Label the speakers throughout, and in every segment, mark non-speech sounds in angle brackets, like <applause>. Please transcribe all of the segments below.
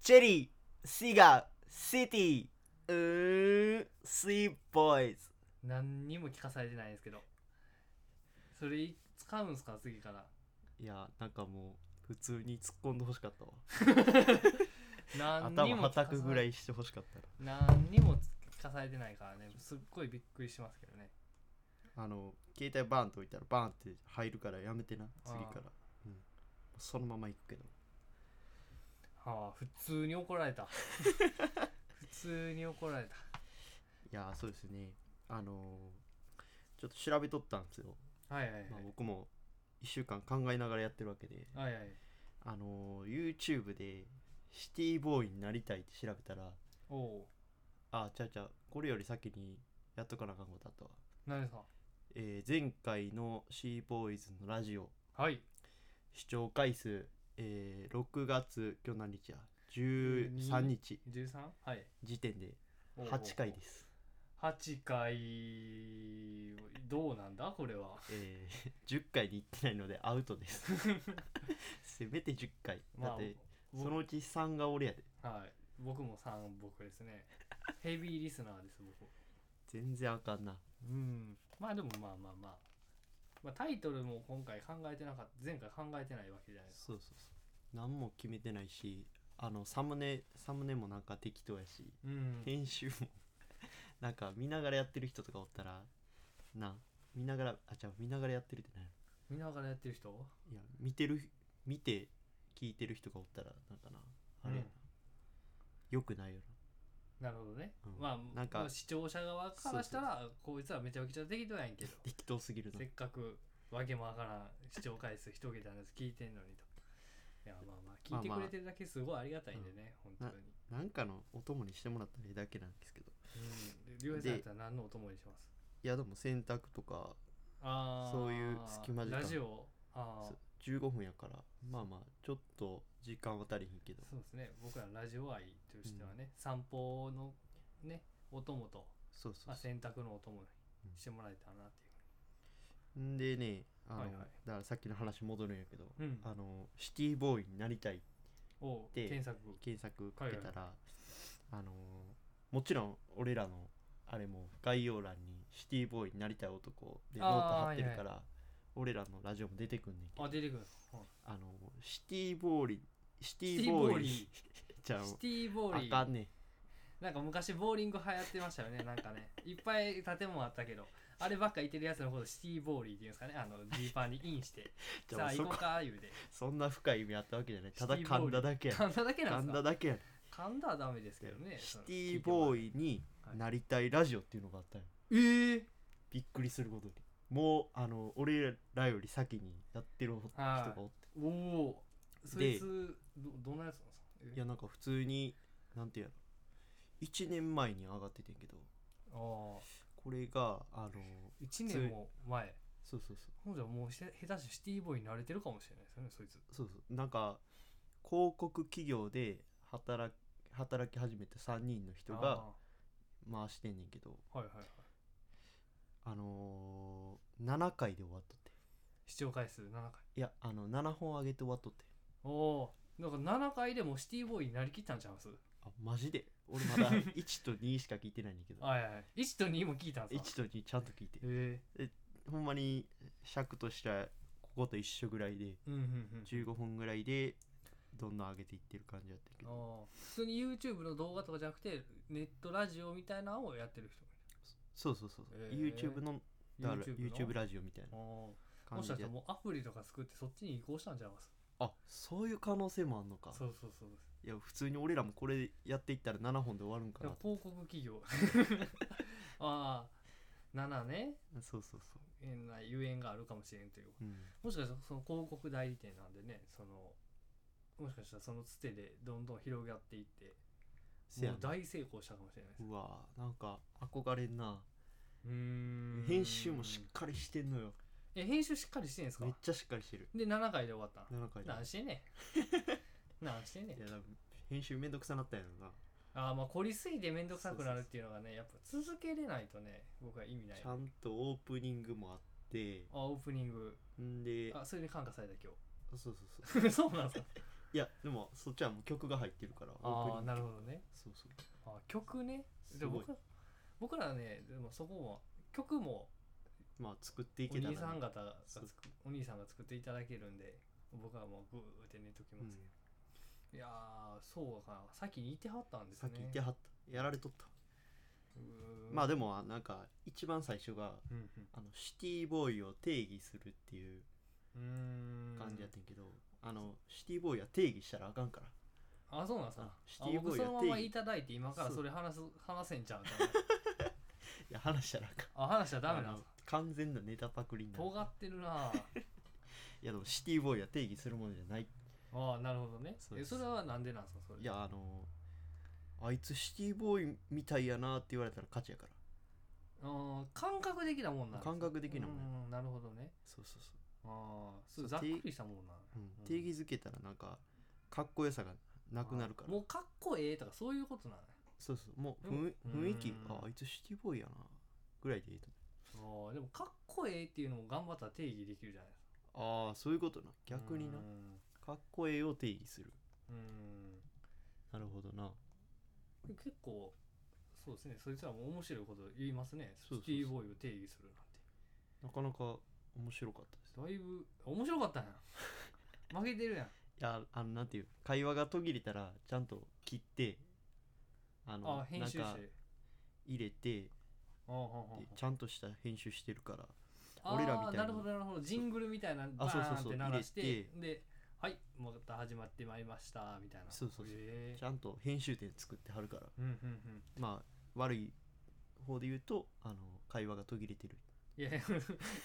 Speaker 1: チェリー、シガー、シティ、うー、スイーボーイズ。
Speaker 2: 何にも聞かされてないですけどそれ使うんすか次から
Speaker 1: いや、なんかもう、普通に突っ込んでほしかったわ。
Speaker 2: 何に
Speaker 1: 頭
Speaker 2: も
Speaker 1: は
Speaker 2: 聞
Speaker 1: た
Speaker 2: かさ
Speaker 1: くぐらいしてほしかったな
Speaker 2: 何にも聞かされてないからねすっごいびっくりしますけどね
Speaker 1: あの、携帯バーンと置いたらバーンって入るからやめてな、次から。うん、そのまま行くけど。
Speaker 2: はあ普通に怒ら
Speaker 1: <laughs>
Speaker 2: れた普通に怒られ
Speaker 1: い
Speaker 2: た
Speaker 1: やーそうですねあのーちょっと調べとったんですよ、
Speaker 2: はいはいはい、
Speaker 1: まあ、僕も1週間考えながらやってるわけで
Speaker 2: はいはい
Speaker 1: あのー YouTube でシティボーイになりたいって調べたら
Speaker 2: おお
Speaker 1: あちゃうちゃうこれより先にやっとかなあかんことあったわ、
Speaker 2: 何ですか
Speaker 1: えー前回のシーボーイズのラジオ
Speaker 2: はい
Speaker 1: 視聴回数、えー6月今日何日や13日
Speaker 2: 13? はい
Speaker 1: 時点で
Speaker 2: おう
Speaker 1: 8回です、
Speaker 2: 8回どうなんだこれは
Speaker 1: えー10回に行ってないのでアウトです <laughs> せめて10回だって、そのうち3が俺やで
Speaker 2: 僕はい僕も3僕です
Speaker 1: <laughs>
Speaker 2: ねヘビーリスナーです僕
Speaker 1: 全然あかんな
Speaker 2: うんまあでもまあまあまあ、まあ、タイトルも今回考えてなかった前回考えてないわけじゃないですか
Speaker 1: そうそうそう何も決めてないしあのサムネサムネもなんか適当やし
Speaker 2: うん
Speaker 1: 編集もなんか見ながらやってる人とかおったらな見ながらあじゃ見ながらやってるってなんや
Speaker 2: 見ながらやってる人
Speaker 1: ろいや見てる見て聞いてる人がおったらなんかなあれやな、
Speaker 2: うん
Speaker 1: よくないよな
Speaker 2: なるほどね、
Speaker 1: うん
Speaker 2: まあ
Speaker 1: なんか
Speaker 2: まあ視聴者側からしたらこいつらめちゃくちゃ適当やんけど
Speaker 1: 適当すぎるな
Speaker 2: せっかくわけもわからん視聴回数一桁のやつ聞いてんのにといやまあまあ聞いて
Speaker 1: まあ
Speaker 2: く
Speaker 1: まあ
Speaker 2: れてるだけすごいありがたいんでね、本当に
Speaker 1: なんかのお供にしてもらったらええだけなんですけど
Speaker 2: うんりょうへいさんやったら何のお供にします
Speaker 1: いやでも洗濯とか
Speaker 2: あー
Speaker 1: そういう隙間時間
Speaker 2: ラジオああ
Speaker 1: そう15分やからまあまあちょっと時間は足りひんけど
Speaker 2: そうですね僕らのラジオ愛としてはね、散歩のねお供と、
Speaker 1: そうそ
Speaker 2: ま
Speaker 1: う
Speaker 2: あ、
Speaker 1: そ
Speaker 2: 洗濯のお供
Speaker 1: うん
Speaker 2: にしてもらえたらなっていう
Speaker 1: でねあの、
Speaker 2: はいはい
Speaker 1: だからさっきの話戻るんやけど、
Speaker 2: う、うん、
Speaker 1: あのシティボーイになりたいって
Speaker 2: を
Speaker 1: で
Speaker 2: 検索
Speaker 1: 検索かけたら、あのもちろん俺らのあれも概要欄にシティボーイになりたい男でノート
Speaker 2: あー
Speaker 1: 貼ってるから、
Speaker 2: は
Speaker 1: 俺らのラジオも出てくんねんけど
Speaker 2: あ出てくる、うん
Speaker 1: あのシティボーリシテ
Speaker 2: シテ
Speaker 1: ィ
Speaker 2: ィボ
Speaker 1: ボ
Speaker 2: ー
Speaker 1: ー
Speaker 2: リ
Speaker 1: リ
Speaker 2: ー
Speaker 1: <laughs> じゃ
Speaker 2: シティボ
Speaker 1: あ
Speaker 2: ー
Speaker 1: あ
Speaker 2: リ
Speaker 1: か
Speaker 2: ー
Speaker 1: んねん
Speaker 2: なんか昔ボーリング流行ってましたよねなんかねいっぱい建物あったけどあればっかいてるやつのことシティボーリーっていうんですかねあのジーパンにインして
Speaker 1: <laughs> じ
Speaker 2: さ
Speaker 1: ゃあ
Speaker 2: あ
Speaker 1: そ
Speaker 2: 行こ
Speaker 1: こ
Speaker 2: うか言うで
Speaker 1: そんな深い意味あったわけじゃないただ
Speaker 2: シティボ
Speaker 1: 噛
Speaker 2: ーリー
Speaker 1: んだだけや
Speaker 2: 噛んだだけな
Speaker 1: 噛
Speaker 2: ん
Speaker 1: ん
Speaker 2: で
Speaker 1: だ
Speaker 2: すか
Speaker 1: だけやね
Speaker 2: 噛んだはダメですけどね
Speaker 1: シティボ
Speaker 2: イ
Speaker 1: ーイに
Speaker 2: はい
Speaker 1: なりたいラジオっていうのがあったよ、
Speaker 2: えー、
Speaker 1: びっくりすることにもうあの俺らより先にやってる人
Speaker 2: はい
Speaker 1: がおって、
Speaker 2: おおそいつどどんなやつなんですかえ
Speaker 1: い、やなんか普通になんていうの1年前に上がっててんけど
Speaker 2: ああ
Speaker 1: これがあの
Speaker 2: 1年も前
Speaker 1: そうそうそ
Speaker 2: ほんじゃもうして下手してシティボーイに慣れてるかもしれないですよねそいつ
Speaker 1: うそうそうなんか広告企業で働き働き始めた3人の人が回してんねんけど
Speaker 2: あーはいはいはい
Speaker 1: あのー、7回で終わっとって
Speaker 2: 視聴回数7回
Speaker 1: いやあの7本上げて終わっとって
Speaker 2: おおなんか7回でもシティボーイになりきったんちゃいます
Speaker 1: あマジで俺まだ1と2しか聞いてないんだけど
Speaker 2: はいはい1と2も聞いたんですか
Speaker 1: 1と2ちゃんと聞いて
Speaker 2: え
Speaker 1: ほんまに尺としてはここと一緒ぐらいで
Speaker 2: えうんうんうん
Speaker 1: 15分ぐらいでどんどん上げていってる感じだったけど
Speaker 2: あー普通に YouTube の動画とかじゃなくてネットラジオみたいなのをやってる人
Speaker 1: そうそうそうそう、
Speaker 2: へー
Speaker 1: YouTube のだから
Speaker 2: YouTube
Speaker 1: YouTube
Speaker 2: の
Speaker 1: ラジオみたいな
Speaker 2: おー
Speaker 1: 感
Speaker 2: もし
Speaker 1: じ
Speaker 2: かし
Speaker 1: で
Speaker 2: た
Speaker 1: や
Speaker 2: ら
Speaker 1: っ
Speaker 2: もうアプリとか作ってそっちに移行したんちゃいます
Speaker 1: あそういう可能性もあんのか
Speaker 2: そうそうそう
Speaker 1: いや普通に俺らもこれやっていったら7本で終わるんか
Speaker 2: で
Speaker 1: な
Speaker 2: も広告企 <laughs> 業ああ7ね
Speaker 1: そうそうそ
Speaker 2: 変なゆえんがあるかもしれんという
Speaker 1: う、うん、
Speaker 2: もしかしたらその広告代理店なんでねそのもしかしたらそのつてでどんどん広がっていって
Speaker 1: せや
Speaker 2: もう
Speaker 1: な
Speaker 2: 大成功したかもしれないです
Speaker 1: うわなんか憧れんな
Speaker 2: うーん
Speaker 1: 編集もしっかりしてんのよ
Speaker 2: え編集しっかりしてんですか
Speaker 1: めっちゃしっかりしてる
Speaker 2: で7回で終わった
Speaker 1: 7回で
Speaker 2: なんしてんね
Speaker 1: <laughs>
Speaker 2: んなんしてんねん
Speaker 1: いや多分編集めんどくさなったんやろな
Speaker 2: あーまあ凝りすぎて面倒くさくなるっていうのがねやっぱ続けれないとね僕は意味ない
Speaker 1: ちゃんとオープニングもあって
Speaker 2: あオープニング
Speaker 1: んで
Speaker 2: あそれで感化された今日 <laughs>
Speaker 1: そうそうそう
Speaker 2: そうなんですか
Speaker 1: いやでもそっちはもう曲が入ってるから
Speaker 2: ああなる
Speaker 1: ほど
Speaker 2: ほどね
Speaker 1: そうそう
Speaker 2: あー曲ね
Speaker 1: す
Speaker 2: でも
Speaker 1: ごい
Speaker 2: 僕僕らねでもそこも曲も
Speaker 1: まあ作ってい
Speaker 2: お
Speaker 1: けたら
Speaker 2: 兄さん方がつ
Speaker 1: そう
Speaker 2: くお兄さんが作っていただけるんで僕はもうグーって寝とき
Speaker 1: う
Speaker 2: ます
Speaker 1: ん
Speaker 2: けど、いやーそうかな先にいてはったんです
Speaker 1: さ
Speaker 2: ね
Speaker 1: っき言ってはったやられとった
Speaker 2: うーん
Speaker 1: まあでもあなんか一番最初が
Speaker 2: うんうん
Speaker 1: あのシティボーイを定義するっていう
Speaker 2: うーん
Speaker 1: 感じやってんけど、あのシティボーイは定義したらあかんから
Speaker 2: あそうなんすか
Speaker 1: あシ
Speaker 2: あ
Speaker 1: ティボーイ
Speaker 2: 僕そ
Speaker 1: や
Speaker 2: のままいただいて今から
Speaker 1: そう
Speaker 2: それ話す話せんちゃうかな
Speaker 1: いや話したらあかん
Speaker 2: あ話したらダメな
Speaker 1: あ
Speaker 2: ん
Speaker 1: の
Speaker 2: すか
Speaker 1: 完全なネタパクリになる
Speaker 2: 尖ってるなあ
Speaker 1: いやでもシティボーイは定義するものじゃない
Speaker 2: あーなるほどね
Speaker 1: そう
Speaker 2: え
Speaker 1: です
Speaker 2: それはなんでなんすかそれ
Speaker 1: いやあのあいつシティボーイみたいやなって言われたら勝ちやから
Speaker 2: あー感覚的なもんなんです
Speaker 1: 感
Speaker 2: ね
Speaker 1: 覚的なもんや
Speaker 2: うーんなるほどね
Speaker 1: そうそうそう
Speaker 2: ああそ
Speaker 1: そうう
Speaker 2: ざっくりしたもんな、
Speaker 1: うん定義づけたらなんかかっこよさがなくなるから
Speaker 2: もうかっこええとかそういうことなのね
Speaker 1: そうそうもう
Speaker 2: でも
Speaker 1: 雰雰囲気
Speaker 2: うん
Speaker 1: ああいつシティボーイやなぐらいでいいと
Speaker 2: あーでもかっこええっていうのも頑張ったら定義できるじゃないですか
Speaker 1: 思うああそういうことな逆にな
Speaker 2: うーん
Speaker 1: かっこええを定義する
Speaker 2: うーん
Speaker 1: なるほどな
Speaker 2: 結構そうですねそいつらも面白いこと言いますね
Speaker 1: そうそうそう
Speaker 2: シティボーイを定義するなんて
Speaker 1: なかなか面白かったです
Speaker 2: だいぶ面白かった
Speaker 1: <laughs>
Speaker 2: んや負けてるやん
Speaker 1: いやあのなんていう会話が途切れたらちゃんと切ってあの
Speaker 2: あ編集して
Speaker 1: なんか入れて
Speaker 2: あーはんはんはん
Speaker 1: でちゃんとした編集してるから
Speaker 2: あー
Speaker 1: 俺らみたいに
Speaker 2: なるほどなるほどジングルみたいなバ
Speaker 1: あそうそうそう
Speaker 2: ーンって鳴らして
Speaker 1: 入れ
Speaker 2: ではいまた始まってまいりましたみたいな
Speaker 1: そうそうそう
Speaker 2: へ
Speaker 1: ち
Speaker 2: ー
Speaker 1: ゃんと編集点作ってはるから
Speaker 2: うんうんうん
Speaker 1: まあ悪い方で言うとあの会話が途切れてる
Speaker 2: いやいや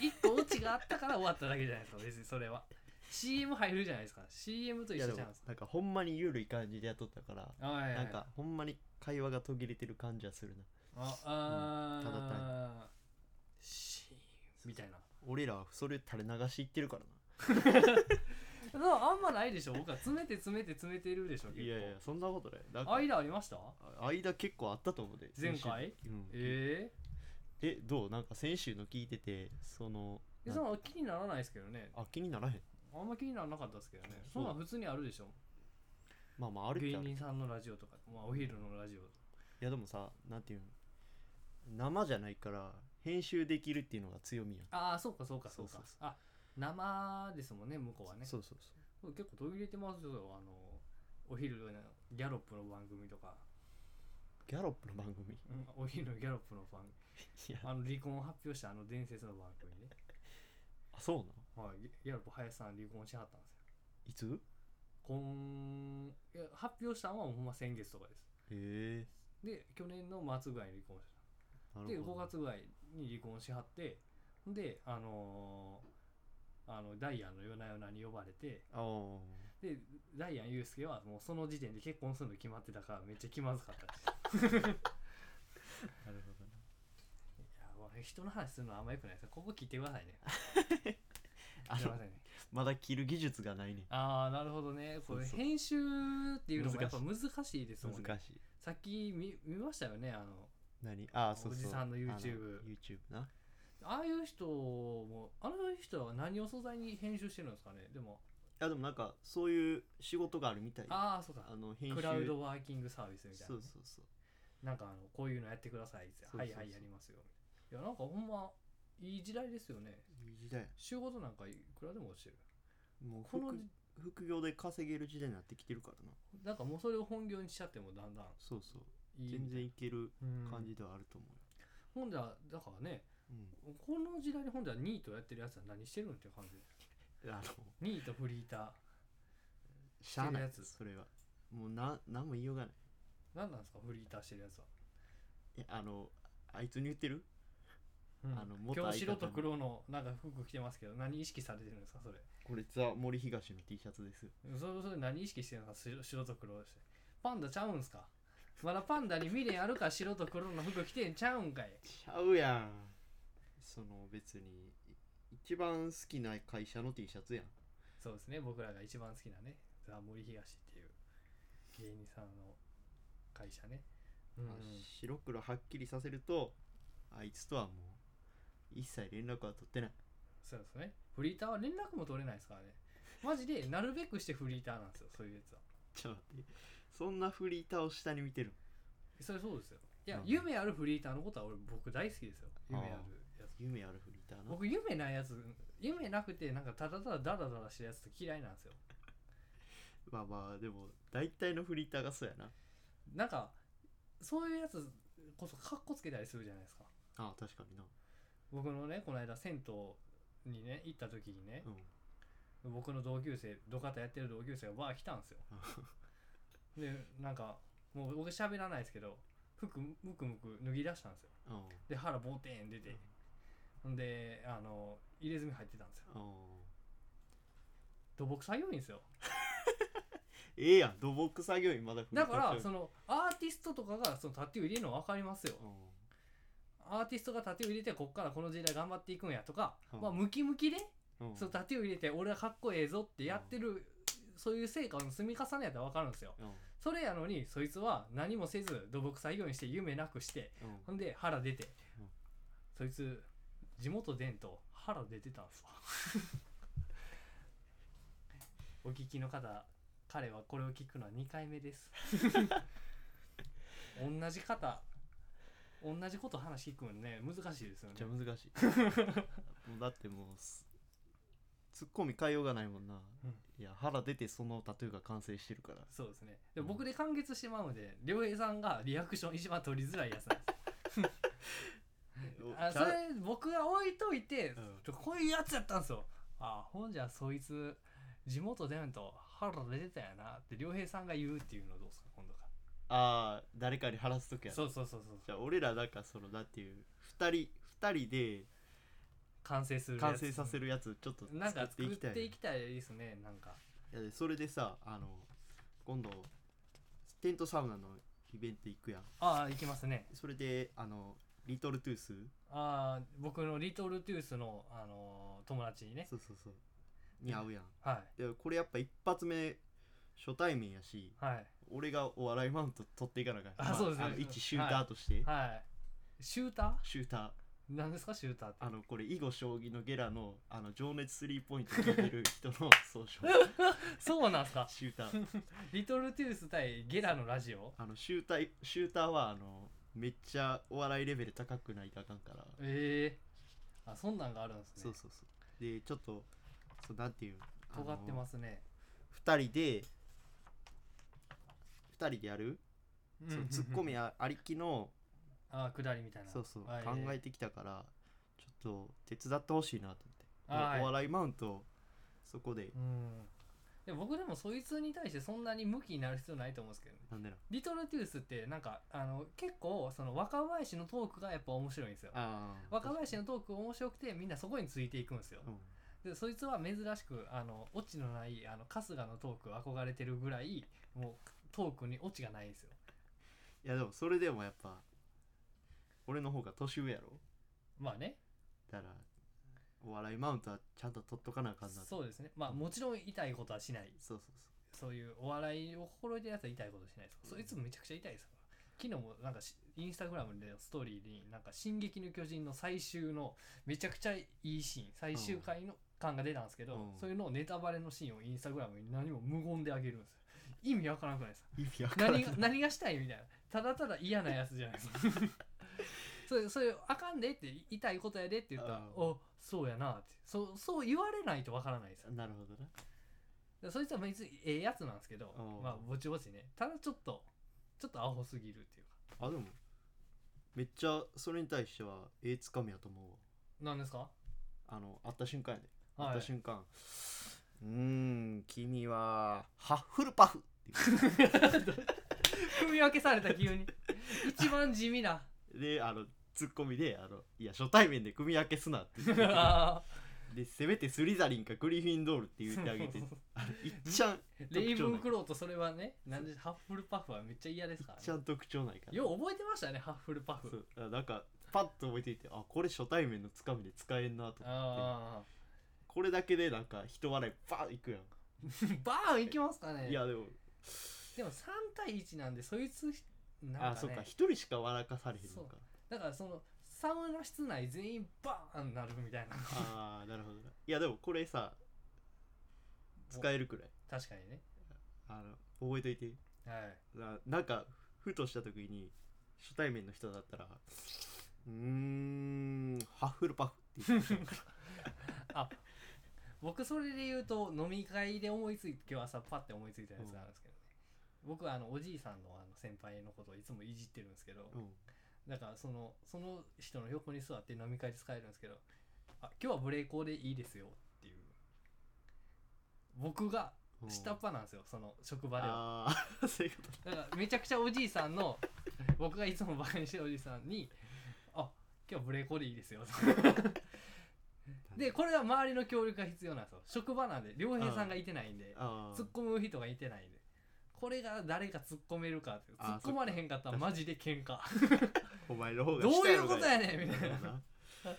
Speaker 2: 一個オチがあったから終わっただけじゃないですか別にそれは CM 入るじゃないですか CM と
Speaker 1: い
Speaker 2: 一
Speaker 1: や
Speaker 2: 緒
Speaker 1: で
Speaker 2: じ
Speaker 1: も
Speaker 2: ゃないですか
Speaker 1: なんかほんまにゆるい感じでやっとったから
Speaker 2: あ
Speaker 1: なんかほんまに会話が途切れてる感じはするな
Speaker 2: ああ
Speaker 1: うんただ単に
Speaker 2: ーシーンみたいな
Speaker 1: 俺らはそれ垂れ流していってるから
Speaker 2: でもあんまないでしょ僕は詰めて詰めて詰めてるでしょ
Speaker 1: な
Speaker 2: 結構
Speaker 1: いやいやそんなことないなんか
Speaker 2: 間ありました
Speaker 1: 間結構あったと思うで
Speaker 2: 前回、
Speaker 1: 先週うん
Speaker 2: え
Speaker 1: えどうなんか先週の聞いててその
Speaker 2: え
Speaker 1: なん
Speaker 2: そんな気にならないですけどね
Speaker 1: あ気にならへん
Speaker 2: あんま気にならなかったですけどねそ
Speaker 1: そうん
Speaker 2: なん普通にあるでしょ
Speaker 1: まあまああるっち
Speaker 2: 芸
Speaker 1: ゃうい
Speaker 2: 人さんのラジオとか、まあ、お昼のラジオ
Speaker 1: やでもさなんていうの生じゃないから編集できるっていうのが強みやん
Speaker 2: ああそうかそうかそうか
Speaker 1: そうそうそ
Speaker 2: あ生ですもんね向こうはね
Speaker 1: そうそうそう
Speaker 2: そう結構途切れてますよあのお昼のギャロップの番組とか、
Speaker 1: ギャロップの番組 <laughs>
Speaker 2: お昼のギャロップの番
Speaker 1: いや
Speaker 2: あの離婚を発表したあの伝説の番組ね、
Speaker 1: あそうなの
Speaker 2: はい、ギギャロップ林さん離婚しはったんですよ
Speaker 1: いつ
Speaker 2: 婚いや発表したのはほんま先月とかです
Speaker 1: へえ
Speaker 2: で去年の末ぐらいに離婚した
Speaker 1: な
Speaker 2: で
Speaker 1: る
Speaker 2: 5
Speaker 1: ほど
Speaker 2: 月ぐらいに離婚しはってであのーあのダイアンの夜な夜なに呼ばれて
Speaker 1: ああ
Speaker 2: でダイアンユースケはもうその時点で結婚するの決まってたからめっちゃ気まずかったです
Speaker 1: なるほどね
Speaker 2: いやまあ人の話するのはあんまよくないですよここ聞いてくださいね
Speaker 1: <laughs> あ
Speaker 2: すいま
Speaker 1: の
Speaker 2: せんね
Speaker 1: まだ着る技術がないね
Speaker 2: ああなるほどねこ
Speaker 1: そ
Speaker 2: れ
Speaker 1: うそう
Speaker 2: 編集っていうのもやっぱ難しいですもんね
Speaker 1: 難しい
Speaker 2: さっき見見ましたよねあの
Speaker 1: 何ああそうそう
Speaker 2: おじさんの YouTube
Speaker 1: あ YouTube な
Speaker 2: ああいう人もあの人は何を素材に編集してるんですかねでも
Speaker 1: いやでもなんかそういう仕事があるみたい
Speaker 2: ああそうか
Speaker 1: あの編集
Speaker 2: クラウドワーキングサービスみたいな
Speaker 1: そ
Speaker 2: ね、
Speaker 1: うそうそう
Speaker 2: なんかあのこういうのやってくださいって
Speaker 1: そうそうそう
Speaker 2: はいはいやりますよいやなんかほんまいい時代ですよね
Speaker 1: いい時代
Speaker 2: 仕事なんかいくらでもしてる
Speaker 1: もう
Speaker 2: この
Speaker 1: 副副業で稼げる時代になってきてるからな
Speaker 2: なんかもうそれを本業にしちゃってもだんだん
Speaker 1: そうそう
Speaker 2: いい
Speaker 1: 全然いける感
Speaker 2: じ
Speaker 1: じではあると思うよ、
Speaker 2: ほんではだからね
Speaker 1: うん
Speaker 2: この時代にほんではニートやってるやつは何してるんっていう感じで <laughs>
Speaker 1: あの
Speaker 2: ニートフリータ
Speaker 1: しゃあない
Speaker 2: や
Speaker 1: や
Speaker 2: つ
Speaker 1: つそれはもうな何も言いようがない
Speaker 2: ー何なんですかフリーターしてるやつは、
Speaker 1: いやあのあいつに言ってる
Speaker 2: うん
Speaker 1: あの元
Speaker 2: 今日
Speaker 1: 相方
Speaker 2: 白
Speaker 1: の
Speaker 2: と黒のなんか服着てますけど何意識されてるんですかそれ
Speaker 1: これザ・森東の T シャツです
Speaker 2: それそれ何意識してるんですか白白と黒してパンダちゃうんすかまだパンダに未練あるか白と黒の服着てんちゃうんかい
Speaker 1: ちゃうやんその別に一番好きな会社の T シャツやん
Speaker 2: そうですね僕らが一番好きなねザ・森東っていう芸人さんの会社ねうん、
Speaker 1: まあ白黒はっきりさせるとあいつとはもう一切連絡は取ってない
Speaker 2: そうですねフリーターは連絡も取れないですからねマジでなるべくしてフリーターなんですよそういうやつは
Speaker 1: ちょっと待ってそんなフリーターを下に見てる
Speaker 2: それそうですよいや、
Speaker 1: うん
Speaker 2: 夢あるフリーターのことは俺僕大好きですよ夢あるやつ
Speaker 1: 夢あるフリーターな
Speaker 2: 僕夢ないやつ夢なくてなんかただただダラダラしてるやつって嫌いなんですよ
Speaker 1: まあまあでも大体のフリーターがそうやな
Speaker 2: なんかそういうやつこそカッコつけたりするじゃないですか
Speaker 1: ああ確かにな
Speaker 2: 僕のねこの間銭湯にね行った時にね
Speaker 1: う、ん
Speaker 2: 僕の同級生土方やってる同級生がわー来たんですよでなんかもう僕喋らないですけど服むくむく脱ぎ出したんですよ
Speaker 1: うん
Speaker 2: で腹ボテン出て、ほんであの入れ墨入ってたんですよ
Speaker 1: うん
Speaker 2: 土木作業員ですよ
Speaker 1: ええやん土木作業員まだフリ
Speaker 2: だ
Speaker 1: ータ
Speaker 2: か
Speaker 1: ー
Speaker 2: ら
Speaker 1: ちゃ
Speaker 2: そのアーティストとかがそのタトゥー入れるの分かりますよ
Speaker 1: ううん
Speaker 2: アーティストがタトゥー入れてこっからこの時代頑張っていくんやとか、
Speaker 1: うん
Speaker 2: まあ、ムキムキで
Speaker 1: うん
Speaker 2: そのタトゥー入れて俺はかっこええぞってやってる、そういう成果の積み重ねやったら分かるんですよ
Speaker 1: うん
Speaker 2: それやのにそいつは何もせず土木作業にして夢なくして
Speaker 1: うん
Speaker 2: ほんで腹出て、
Speaker 1: うん
Speaker 2: そいつ地元伝統腹出てたんすわ <laughs> お聞きの方彼はこれを聞くのは2回目です <laughs> 同じ方同じこと話聞くんね難しいですよね
Speaker 1: めっちゃ難
Speaker 2: <laughs>
Speaker 1: しいもうだってもうすツッコミ変えようがないもんな、
Speaker 2: うん
Speaker 1: いや腹出てそのタトゥーが完成してるから
Speaker 2: そうですねでも僕で完結してまうので良平さんがリアクション一番取りづらいやつなんですあ
Speaker 1: ち
Speaker 2: そ
Speaker 1: ゃう
Speaker 2: れ僕が置いといて、
Speaker 1: ん
Speaker 2: ちょこういうやつやったんですよあほんじゃそいつ地元でんと腹出てたやなって良平さんが言うっていうのどうですか今度か
Speaker 1: ああ誰かに話すとき
Speaker 2: ら
Speaker 1: や
Speaker 2: そうそうそうそう
Speaker 1: じゃあ俺らなんかそのだっていう2人二人で
Speaker 2: 完成するやつ
Speaker 1: 完成させるやつちょっと
Speaker 2: なん
Speaker 1: 作っ
Speaker 2: か
Speaker 1: て
Speaker 2: 作
Speaker 1: い
Speaker 2: っ
Speaker 1: きたい,、
Speaker 2: ていきたいですねなんか
Speaker 1: いやでそれでさあの今度テントサウナのイベント行くやん
Speaker 2: ああ行きますね
Speaker 1: それであのリトルトゥース
Speaker 2: ああ僕のリトルトゥースの、あのー友達にね
Speaker 1: そうそうそうに会うやん
Speaker 2: はい
Speaker 1: やこれやっぱ一発目初対面やし
Speaker 2: いはい
Speaker 1: 俺がお笑いマウント取っていかなあかん
Speaker 2: あそうですね
Speaker 1: の一シューターとして、
Speaker 2: はいシュータ
Speaker 1: シューター
Speaker 2: ーなんですかシューターって
Speaker 1: あのこれ囲碁将棋のゲラのあの情熱スリーポイント決める人の総
Speaker 2: <laughs>
Speaker 1: 称
Speaker 2: そうなんすか
Speaker 1: シューター
Speaker 2: リトルトゥース対ゲラのラジオ
Speaker 1: あのシューターシューターはあのめっちゃお笑いレベル高くないとあかんから、
Speaker 2: ええあそんなんがあるんですね
Speaker 1: そうそうそうでちょっとそうなんていう
Speaker 2: 尖ってますすね、
Speaker 1: 2人で2人でやる、そうツッコミ
Speaker 2: や
Speaker 1: あありきの
Speaker 2: <laughs> あー下りみたいな
Speaker 1: そうそう、
Speaker 2: はい
Speaker 1: 考えてきたからちょっと手伝ってほしいなと思って、
Speaker 2: はい
Speaker 1: お笑いマウントをそこで、
Speaker 2: うんでも僕でもそいつに対してそんなに向きになる必要ないと思うんですけどね
Speaker 1: なんでな
Speaker 2: リトルトゥースってなんかあの結構その若林のトークがやっぱ面白いんですよ
Speaker 1: あー
Speaker 2: 若林のトーク面白くてみんなそこについていくんですよ
Speaker 1: うん
Speaker 2: でそいつは珍しくあのオチのないあの春日のトーク憧れてるぐらいもうトークにオチがないんですよ
Speaker 1: いやでもそれでもやっぱ俺の方が年上やろ
Speaker 2: まあね
Speaker 1: だからお笑いマウントはちゃんと取っとかなあかんな
Speaker 2: そうですねまあもちろん痛いことはしない
Speaker 1: そうそう
Speaker 2: そういうお笑いを心得てるやつは痛いことしないですからそいつめちゃくちゃ痛いですから昨日もなんかしインスタグラムでのストーリーになんか「進撃の巨人」の最終のめちゃくちゃいいシーン最終回の感が出たんですけど、
Speaker 1: うん
Speaker 2: そういうのをネタバレのシーンをインスタグラムに何も無言であげるんですよ意味わからなくないですか
Speaker 1: そう意味わからん
Speaker 2: 何が何がしたいみたいなただただ嫌なやつじゃない
Speaker 1: <laughs>
Speaker 2: ですかそれそれあかんでって痛いことやでって言ったら
Speaker 1: うん
Speaker 2: 「おそうやな」ってそうそう言われないとわからないですよ
Speaker 1: なるほどな
Speaker 2: でそいつは別にええやつなんですけど
Speaker 1: うん
Speaker 2: まあぼちぼちねただちょっとちょっとアホすぎるっていうか
Speaker 1: あでもめっちゃそれに対してはええつかみやと思うわ
Speaker 2: なんですか
Speaker 1: あの会った瞬間やで、
Speaker 2: は
Speaker 1: 会
Speaker 2: い <laughs>
Speaker 1: った瞬間うーん君はハッフルパフって言う
Speaker 2: 組み分けされた
Speaker 1: <laughs>
Speaker 2: 急に一番地味な
Speaker 1: であのツッコミであの「いや初対面で組み分けすな」って言って
Speaker 2: <laughs> あ
Speaker 1: でせめてスリザリンかグリフィンドールって言ってあげてあのいっちゃんい
Speaker 2: ーレイブンクローとそれはねなんでハッフルパフはめっちゃ嫌ですから
Speaker 1: っちゃ
Speaker 2: ね
Speaker 1: ん特徴ないから
Speaker 2: よう覚えてましたねハッフルパ
Speaker 1: そ
Speaker 2: フ
Speaker 1: うあなんかパッと覚えていてあこれ初対面のつかみで使えんなと
Speaker 2: ああ
Speaker 1: これだけでなんか人笑いバーンいくやん、 <laughs>
Speaker 2: バーンいきますかね
Speaker 1: いやでも
Speaker 2: でも3対1なんでそいつなんか、ね、
Speaker 1: あそっか一人しか笑かされへんのか
Speaker 2: だからそのサウナ室内全員バーンなるみたいな
Speaker 1: ああなるほどないやでもこれさ使えるくらい
Speaker 2: 確かにね
Speaker 1: あの覚えといて
Speaker 2: はい
Speaker 1: ななんかふとした時に初対面の人だったらうーんハッフルパフって言
Speaker 2: <laughs>
Speaker 1: って
Speaker 2: あ僕それで言うと飲み会で思いついて今日朝パッて思いついたやつがあるんですけどね、僕はあのおじいさんのあの先輩のことをいつもいじってるんですけど、
Speaker 1: うん
Speaker 2: だからそのその人の横に座って飲み会で使えるんですけど「あ今日はブレイコーでいいですよ」っていう僕が
Speaker 1: うん
Speaker 2: 下っ端なんですよその職場では
Speaker 1: ああそういうこと
Speaker 2: だからめちゃくちゃおじいさんの僕がいつもバカにしてるおじいさんに「あ今日はブレイコーでいいですよ」でこれは周りの協力が必要なんですよ職場なんで良平さんがいてないんで
Speaker 1: あー
Speaker 2: 突っ込む人がいてないんでこれが誰が突っ込めるかって
Speaker 1: あー
Speaker 2: 突っ込まれへんかったらマジで喧嘩
Speaker 1: お前の方が
Speaker 2: どう
Speaker 1: 下
Speaker 2: いう
Speaker 1: のが
Speaker 2: ことやねんみたいな
Speaker 1: そうだ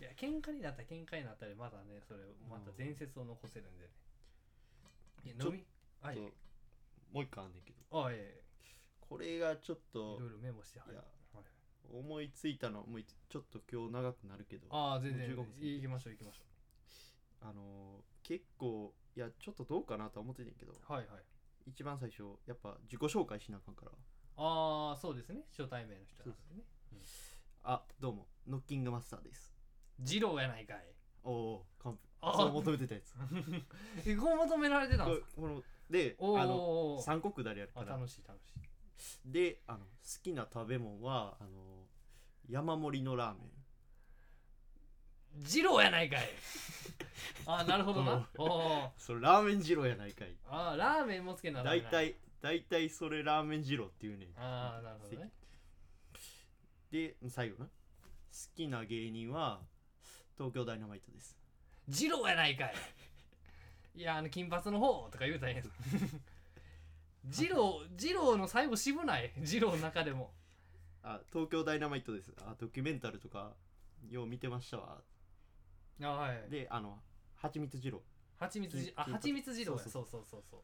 Speaker 2: いや喧嘩になったら喧嘩になったりまだねそれまた伝説を残せるんでね、いや飲みはい
Speaker 1: そうもう一回あんねんけど
Speaker 2: あいえいえ
Speaker 1: これがちょっ
Speaker 2: い
Speaker 1: と
Speaker 2: ろいろメモしてはい
Speaker 1: いや
Speaker 2: はい
Speaker 1: 思いついたのもういちょっと今日長くなるけどあ
Speaker 2: ああ全然
Speaker 1: 15分過ぎて
Speaker 2: 行きましょう行きましょ
Speaker 1: のー結構いやちょっとどうかなとは思ってたんやけど
Speaker 2: うはいはい
Speaker 1: 一番最初やっぱ自己紹介しなあかんから
Speaker 2: ああそうですね初対面の人なんですね
Speaker 1: あどうもノッキングマスターです
Speaker 2: 二郎やないかい <laughs>
Speaker 1: おお完璧
Speaker 2: あ
Speaker 1: そう求めてたやつ
Speaker 2: えこう求められてたんですか
Speaker 1: ここので
Speaker 2: おー
Speaker 1: あの
Speaker 2: おーおー
Speaker 1: 三国だりやる
Speaker 2: あ
Speaker 1: から
Speaker 2: 楽しい楽しい
Speaker 1: であの好きな食べ物はあの山盛りのラーメン
Speaker 2: 二郎やないかいあ
Speaker 1: <laughs>
Speaker 2: あなるほどなおー
Speaker 1: それラーメン二郎やないかい
Speaker 2: ああラーメンもつけな
Speaker 1: 大
Speaker 2: い
Speaker 1: 体大体それラーメン二郎っていうねん
Speaker 2: ああなるほどね
Speaker 1: で最後な好きな芸人は東京ダイナマイトです
Speaker 2: 二郎やないかいいやあの金髪の方とか言うたらええんや
Speaker 1: <laughs>
Speaker 2: 二郎二郎の最後渋ない二郎の中でも
Speaker 1: あ東京ダイナマイトですあドキュメンタルとかよう見てましたわ
Speaker 2: あはい
Speaker 1: であの蜂蜜二郎
Speaker 2: 蜂蜜じあ
Speaker 1: 金
Speaker 2: 蜂蜜二郎やそ
Speaker 1: そうう
Speaker 2: そうそうそう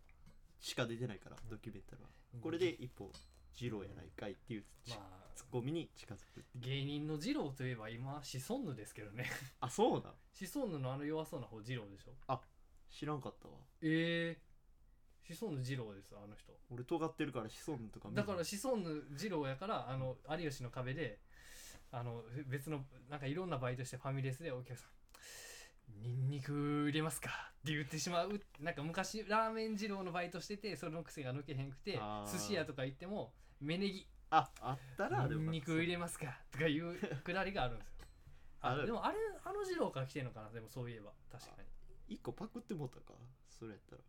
Speaker 1: しか出てないからドキュメンタルはこれで一歩二郎やないかいっていうち
Speaker 2: まあ
Speaker 1: ツッコミに近づく
Speaker 2: 芸人の二郎といえば今シソンヌですけどね
Speaker 1: あそうだ
Speaker 2: シソンヌのあの弱そうな方二郎でしょ
Speaker 1: 知らんかったわ
Speaker 2: ええシソンヌ二郎ですあの人
Speaker 1: 俺尖ってるから子孫とか見な
Speaker 2: だ
Speaker 1: い
Speaker 2: からシソンヌ二郎やからあの有吉の壁であの別のなんかいろんなバイトしてファミレスでお客さん「ニンニク入れますか?」って言ってしまうなんか昔ラーメン二郎のバイトしててその癖が抜けへんくて
Speaker 1: あー
Speaker 2: 寿司屋とか行っても「芽ネギ
Speaker 1: ああったら
Speaker 2: ニンニク入
Speaker 1: れ
Speaker 2: れますか?」とかいう <laughs> くだりがあるんですよ
Speaker 1: あ
Speaker 2: で
Speaker 1: でも
Speaker 2: もあれあの二郎から来てんのかなでもそういえば確かに
Speaker 1: 一個パクってもうたかそれやったら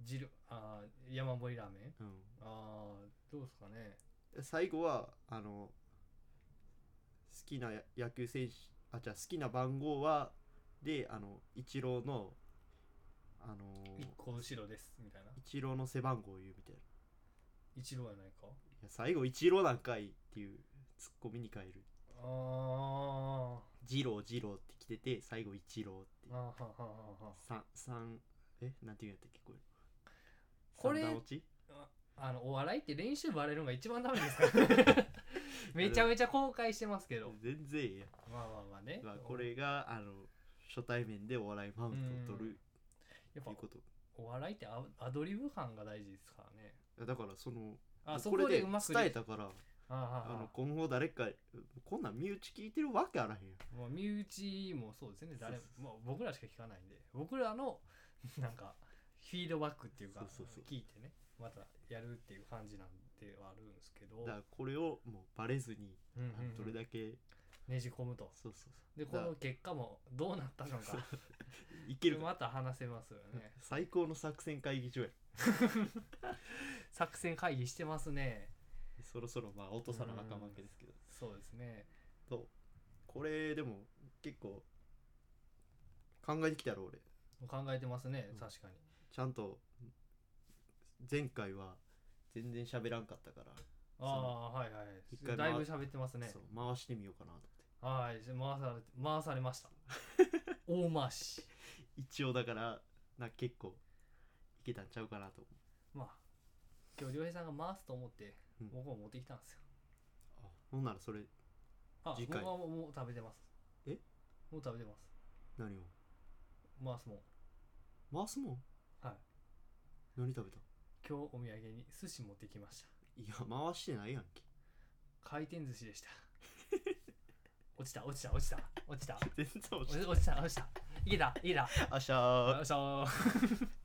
Speaker 2: 二郎あー山盛りラーメ
Speaker 1: う
Speaker 2: ン
Speaker 1: ん
Speaker 2: ああどうですかね
Speaker 1: 最後はあの好きなや野球選手あじゃあ好きな番号はであのイチローのあの
Speaker 2: 一個後ろですみたいな
Speaker 1: イチローの背番号を言うみたいない
Speaker 2: 一郎やないか
Speaker 1: や最後イチローなんかいっていうツッコミに変える
Speaker 2: あ
Speaker 1: ジロージローって来てて最後イチローって
Speaker 2: あはははは
Speaker 1: 三三えなんていうんやったっけこれ
Speaker 2: これ
Speaker 1: 三段落ち
Speaker 2: あのお笑いって練習バレるのが一番ダメです
Speaker 1: <laughs>
Speaker 2: からめちゃめちゃ後悔してますけど
Speaker 1: 全然ええやん
Speaker 2: まあまあまあね、
Speaker 1: まあこれがあの初対面でお笑いマウントを取る
Speaker 2: やっ
Speaker 1: と
Speaker 2: ぱ
Speaker 1: いうこと
Speaker 2: お笑いってアアドリブ感が大事ですからね
Speaker 1: いやだからその
Speaker 2: あそ
Speaker 1: こ
Speaker 2: こ
Speaker 1: れ
Speaker 2: で
Speaker 1: で
Speaker 2: う
Speaker 1: 伝
Speaker 2: まくで
Speaker 1: え
Speaker 2: き
Speaker 1: たから
Speaker 2: あ
Speaker 1: あの
Speaker 2: ああ
Speaker 1: 今後誰かこんなん身内聞いてるわけあらへんやん
Speaker 2: あもう身内もそうですね誰も
Speaker 1: そう
Speaker 2: もう僕らしか聞かないんで僕らの <laughs> なんかフィードバックっていうか
Speaker 1: そうそうそう
Speaker 2: 聞いてねまたやるっていう感じなんではあるんですけど
Speaker 1: だからこれをもうバレずに
Speaker 2: うんうんうん
Speaker 1: あのどれだけ
Speaker 2: ねじ込むと
Speaker 1: そうそう
Speaker 2: でこ
Speaker 1: だ
Speaker 2: の結果もどうなったのか
Speaker 1: そういけるか
Speaker 2: また話せますよ
Speaker 1: <laughs>
Speaker 2: ね
Speaker 1: 最高の作戦会議所や
Speaker 2: 作戦会議してますね
Speaker 1: そろそろまあ落とさなあかんわけですけど
Speaker 2: そうですね
Speaker 1: そうこれでも結構考えてきたろ俺
Speaker 2: 考えてますね
Speaker 1: うん
Speaker 2: 確かに
Speaker 1: ちゃんと前回は全然喋らんかったから、
Speaker 2: ああはいはい
Speaker 1: 一回
Speaker 2: だ
Speaker 1: 回
Speaker 2: いぶ喋ってますね
Speaker 1: そう回してみようかなと思って
Speaker 2: はい回され回され
Speaker 1: <laughs>
Speaker 2: ました大回し
Speaker 1: 一応だからな結構いけたんちゃうかなと思う
Speaker 2: まあ今日良平さんが回すと思って
Speaker 1: うん
Speaker 2: 僕も持ってきたんですよ
Speaker 1: あほんならそれ
Speaker 2: あ
Speaker 1: 次
Speaker 2: 僕は
Speaker 1: 回
Speaker 2: もうもう食べてます
Speaker 1: え
Speaker 2: もう食べてます
Speaker 1: 何を
Speaker 2: 回すもん
Speaker 1: 回すもん
Speaker 2: はい
Speaker 1: 何食べた
Speaker 2: 今日お土産に寿司持ってきました
Speaker 1: いや回してないやんけ
Speaker 2: 回転寿
Speaker 1: <laughs>
Speaker 2: 司でした落ちた落ちた落ちた落ちた
Speaker 1: 全然落ち
Speaker 2: 落ちた落ちたいけたいけた
Speaker 1: たあしゃー
Speaker 2: よいしょ